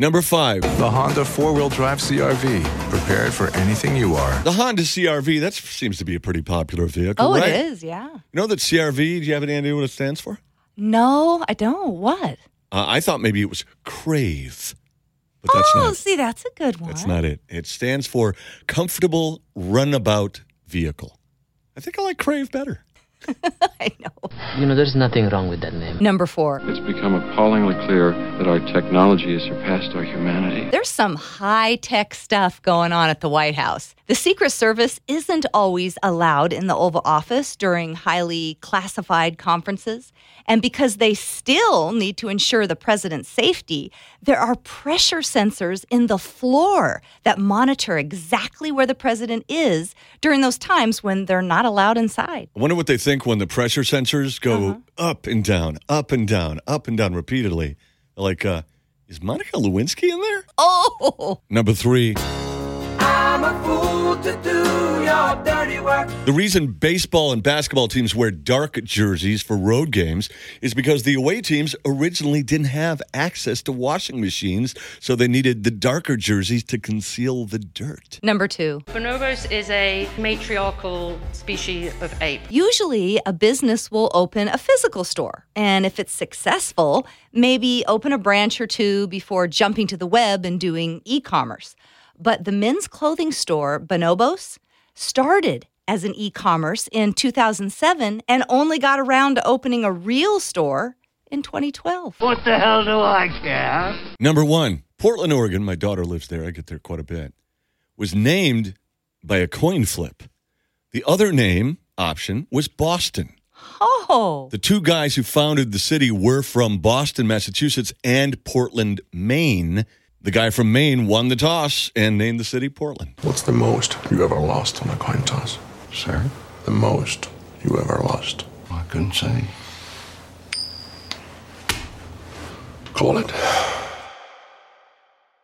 Number five, The Honda four wheel drive CRV, prepared for anything you are. the Honda CRV. That seems to be a pretty popular vehicle. Oh, right? it is. Yeah. You know that CRV? Do you have any idea what it stands for? No, I don't. What? Uh, I thought maybe it was crave, but that's oh, not. see, that's a good one. That's not it. It stands for comfortable runabout vehicle. I think I like crave better. I know. You know, there's nothing wrong with that name. Number four. It's become appallingly clear that our technology has surpassed our humanity. There's some high tech stuff going on at the White House. The Secret Service isn't always allowed in the Oval Office during highly classified conferences. And because they still need to ensure the president's safety, there are pressure sensors in the floor that monitor exactly where the president is during those times when they're not allowed inside. I wonder what they think when the pressure sensors go Uh-huh. up and down, up and down, up and down repeatedly. Like, uh, is Monica Lewinsky in there? Oh, Number three. The reason baseball and basketball teams wear dark jerseys for road games is because the away teams originally didn't have access to washing machines, so they needed the darker jerseys to conceal the dirt. number two. Bonobos is a matriarchal species of ape. Usually, a business will open a physical store, and if it's successful, maybe open a branch or two before jumping to the web and doing e commerce. But the men's clothing store, Bonobos, started as an e commerce in 2007 and only got around to opening a real store in 2012. Number one, Portland, Oregon, my daughter lives there, I get there quite a bit, was named by a coin flip. The other name option was Boston. Oh, The two guys who founded the city were from Boston, Massachusetts, and Portland, Maine. The guy from Maine won the toss and named the city Portland. What's the most you ever lost on a coin toss? Sir? The most you ever lost. I couldn't say. Call it.